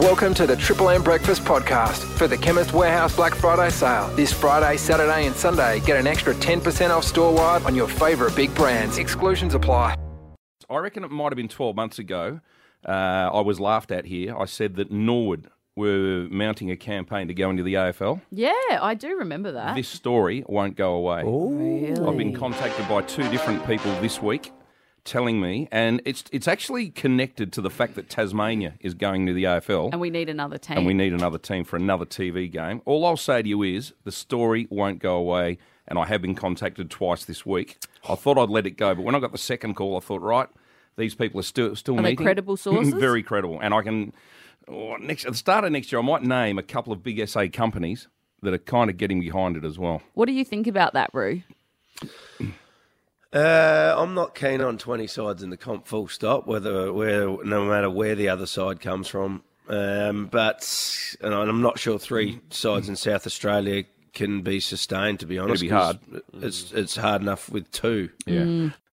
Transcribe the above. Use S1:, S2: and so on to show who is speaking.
S1: Welcome to the Triple M Breakfast Podcast for the Chemist Warehouse Black Friday sale. This Friday, Saturday, and Sunday, get an extra 10% off store wide on your favourite big brands. Exclusions apply.
S2: I reckon it might have been 12 months ago. Uh, I was laughed at here. I said that Norwood were mounting a campaign to go into the AFL.
S3: Yeah, I do remember that.
S2: This story won't go away.
S3: really?
S2: I've been contacted by two different people this week telling me, and it's, it's actually connected to the fact that Tasmania is going to the AFL.
S3: and we need another team.
S2: and we need another team for another TV game. All I'll say to you is the story won't go away, and I have been contacted twice this week. I thought I'd let it go, but when I got the second call, I thought, right, these people are still still
S3: Are they
S2: meeting.
S3: credible sources?
S2: Very credible, and I can. oh, next at the start of next year, I might name a couple of big SA companies that are kind of getting behind it as well.
S3: what do you think about that, Roo?
S4: Uh, I'm not keen on 20 sides in the comp full stop, whether where no matter where the other side comes from. Um, but and I'm not sure three sides in South Australia can be sustained. To be honest,
S2: be
S4: 'cause It's it's hard enough with two.
S3: Mm.
S2: Yeah.